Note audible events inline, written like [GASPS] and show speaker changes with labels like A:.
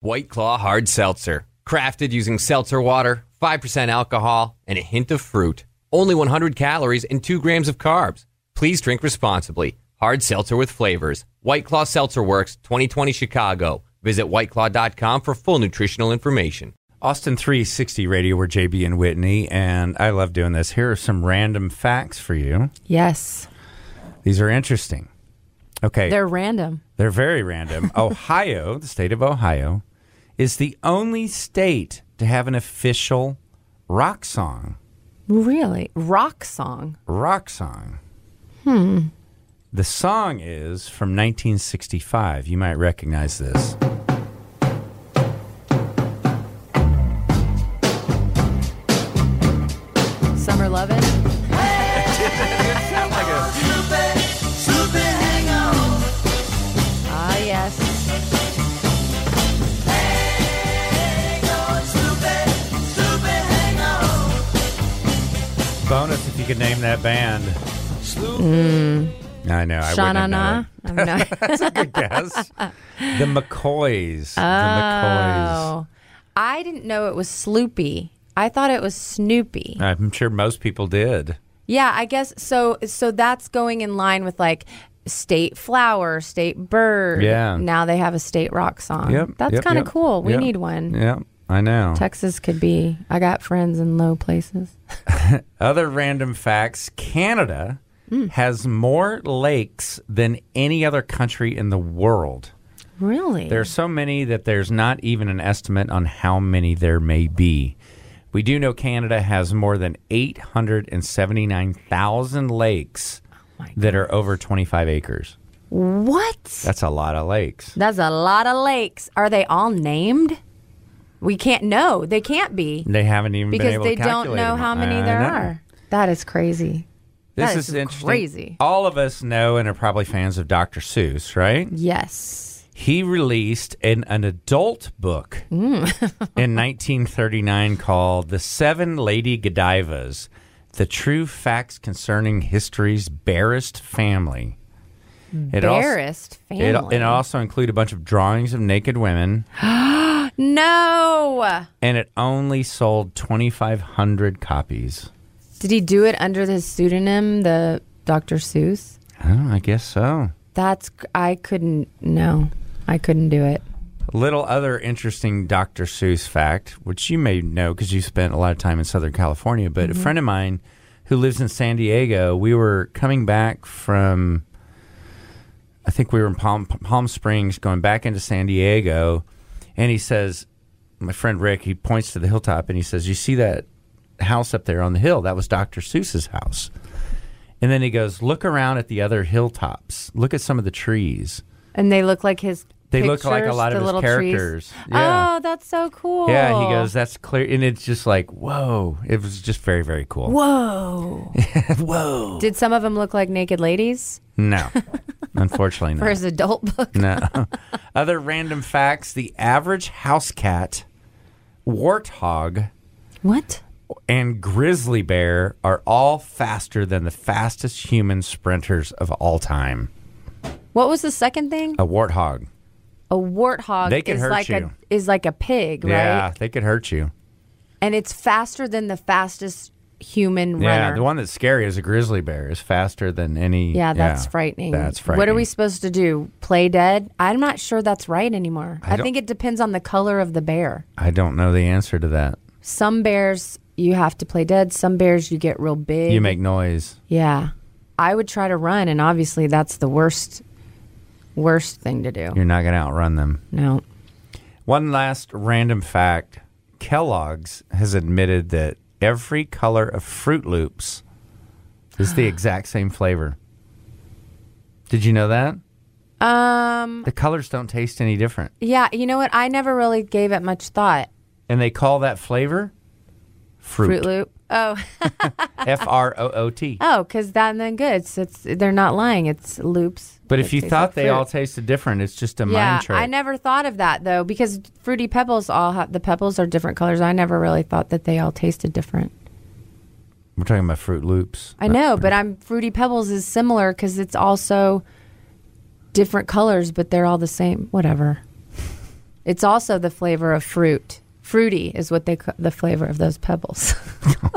A: White Claw Hard Seltzer. Crafted using seltzer water, 5% alcohol, and a hint of fruit. Only 100 calories and 2 grams of carbs. Please drink responsibly. Hard seltzer with flavors. White Claw Seltzer Works, 2020 Chicago. Visit whiteclaw.com for full nutritional information.
B: Austin 360 Radio, we're JB and Whitney, and I love doing this. Here are some random facts for you.
C: Yes.
B: These are interesting. Okay.
C: They're random.
B: They're very random. Ohio, the state of Ohio, is the only state to have an official rock song.
C: Really? Rock song.
B: Rock song. Hmm. The song is from 1965. You might recognize this.
C: Summer lovin'. Ah, yes.
B: Bonus if you could name that band. Hmm. I know. I wouldn't have known
C: Sha-na-na.
B: it.
C: I'm
B: [LAUGHS]
C: not-
B: Good guess. the McCoys. The
C: oh. I didn't know it was Sloopy. I thought it was Snoopy.
B: McCoys. I'm sure most people did.
C: Yeah, I guess so. So that's going in line with like state flower, state bird.
B: Yeah.
C: Now they have a state rock song.
B: Yep.
C: That's
B: yep,
C: kind of
B: yep,
C: cool. We
B: yep,
C: need one.
B: Yep. I know.
C: Texas could be. I got friends in low places.
B: Other random facts Canada
C: Mm.
B: has more lakes than any other country in the world.
C: Really?
B: There are so many that there's not even an estimate on how many there may be. We do know Canada has more than 879,000 lakes
C: Oh my
B: that are over 25 acres.
C: what?
B: That's a lot of lakes.
C: That's a lot of lakes. Are they all named? We can't know. They can't be
B: They haven't even been
C: because
B: able
C: they
B: to
C: don't
B: calculate
C: know
B: them.
C: how many
B: I
C: there
B: know.
C: are. That is crazy.
B: This
C: That
B: is,
C: is
B: interesting.
C: crazy.
B: All of us know and are probably fans of Dr. Seuss, right?
C: Mm. Yes.
B: He released an, an adult book
C: Mm.
B: [LAUGHS] in 1939 called The Seven Lady Godivas The True Facts Concerning History's Barest Family. It also-
C: Embarrassed
B: It,
C: family.
B: it also included a bunch of drawings of naked women,
C: no.
B: and it only sold 2,500 copies.
C: Did he do it under his pseudonym, the Dr. Seuss?
B: Oh, I guess so.
C: That's I couldn't. No, I couldn't do it.
B: Little other interesting Dr. Seuss fact, which you may know because you spent a lot of time in Southern California, but a friend of mine who lives in San Diego, we were coming back from, I think we were in Palm, Palm Springs, going back into San Diego, and he says, my friend Rick, he points to the hilltop and he says, You see that house up there on the hill? That was Dr. Seuss's house. And then he goes, Look around at the other hilltops, look at some of the trees.
C: And they look like his.
B: They look like a
C: pictures,
B: lot of
C: the
B: his
C: little trees.
B: characters. Yeah.
C: Oh, that's so cool.
B: Yeah, he goes, that's clear. And it's just like, whoa. It was just very, very cool. [LAUGHS]
C: Whoa! [LAUGHS]
B: whoa.
C: Did some of them look like naked ladies
B: No, unfortunately
C: for
B: not.
C: his adult [LAUGHS] book?
B: No. [LAUGHS] Other random facts the average house cat, warthog,
C: What?
B: and grizzly bear are all faster than the fastest human sprinters of all time.
C: What was the second thing?
B: A warthog.
C: A warthog
B: They could
C: is
B: hurt
C: like
B: you.
C: a is like a pig,
B: Yeah,
C: right?
B: they could hurt you.
C: And it's faster than the fastest human
B: Yeah,
C: runner.
B: the one that's scary is a grizzly bear. Is faster than any.
C: Yeah, that's frightening.
B: That's frightening.
C: What are we supposed to do? Play dead? I'm not sure that's right anymore. I,
B: don't-
C: think it depends on the color of the bear.
B: I don't know the answer to that.
C: Some bears you have to play dead. Some bears you get real big.
B: You make noise.
C: yeah. I would try to run, and obviously that's the worst, worst thing to do.
B: You're not going to outrun them.
C: No.
B: One last random fact Kellogg's has admitted that every color of Fruit Loops
C: [GASPS]
B: is the exact same flavor. Did you know that?
C: Um.
B: The colors don't taste any different.
C: Yeah. You know what? I never really gave it much thought.
B: And they call that flavor
C: Fruit
B: fruit.
C: Loop. Oh.
B: F R O
C: [LAUGHS]
B: O T.
C: Oh, because that and then good. So it's they're not lying. It's loops.
B: But
C: that
B: if you
C: taste
B: thought
C: like
B: they
C: fruit.
B: all tasted different, it's just a
C: yeah,
B: mind trick.
C: I never thought of that though because fruity pebbles all have the pebbles are different colors. I never really thought that they all tasted different.
B: We're talking about Fruit Loops.
C: I know, but I'm fruity pebbles is similar because it's also different colors, but they're all the same. Whatever. It's also the flavor of fruit. Fruity is what they call the flavor of those pebbles. [LAUGHS]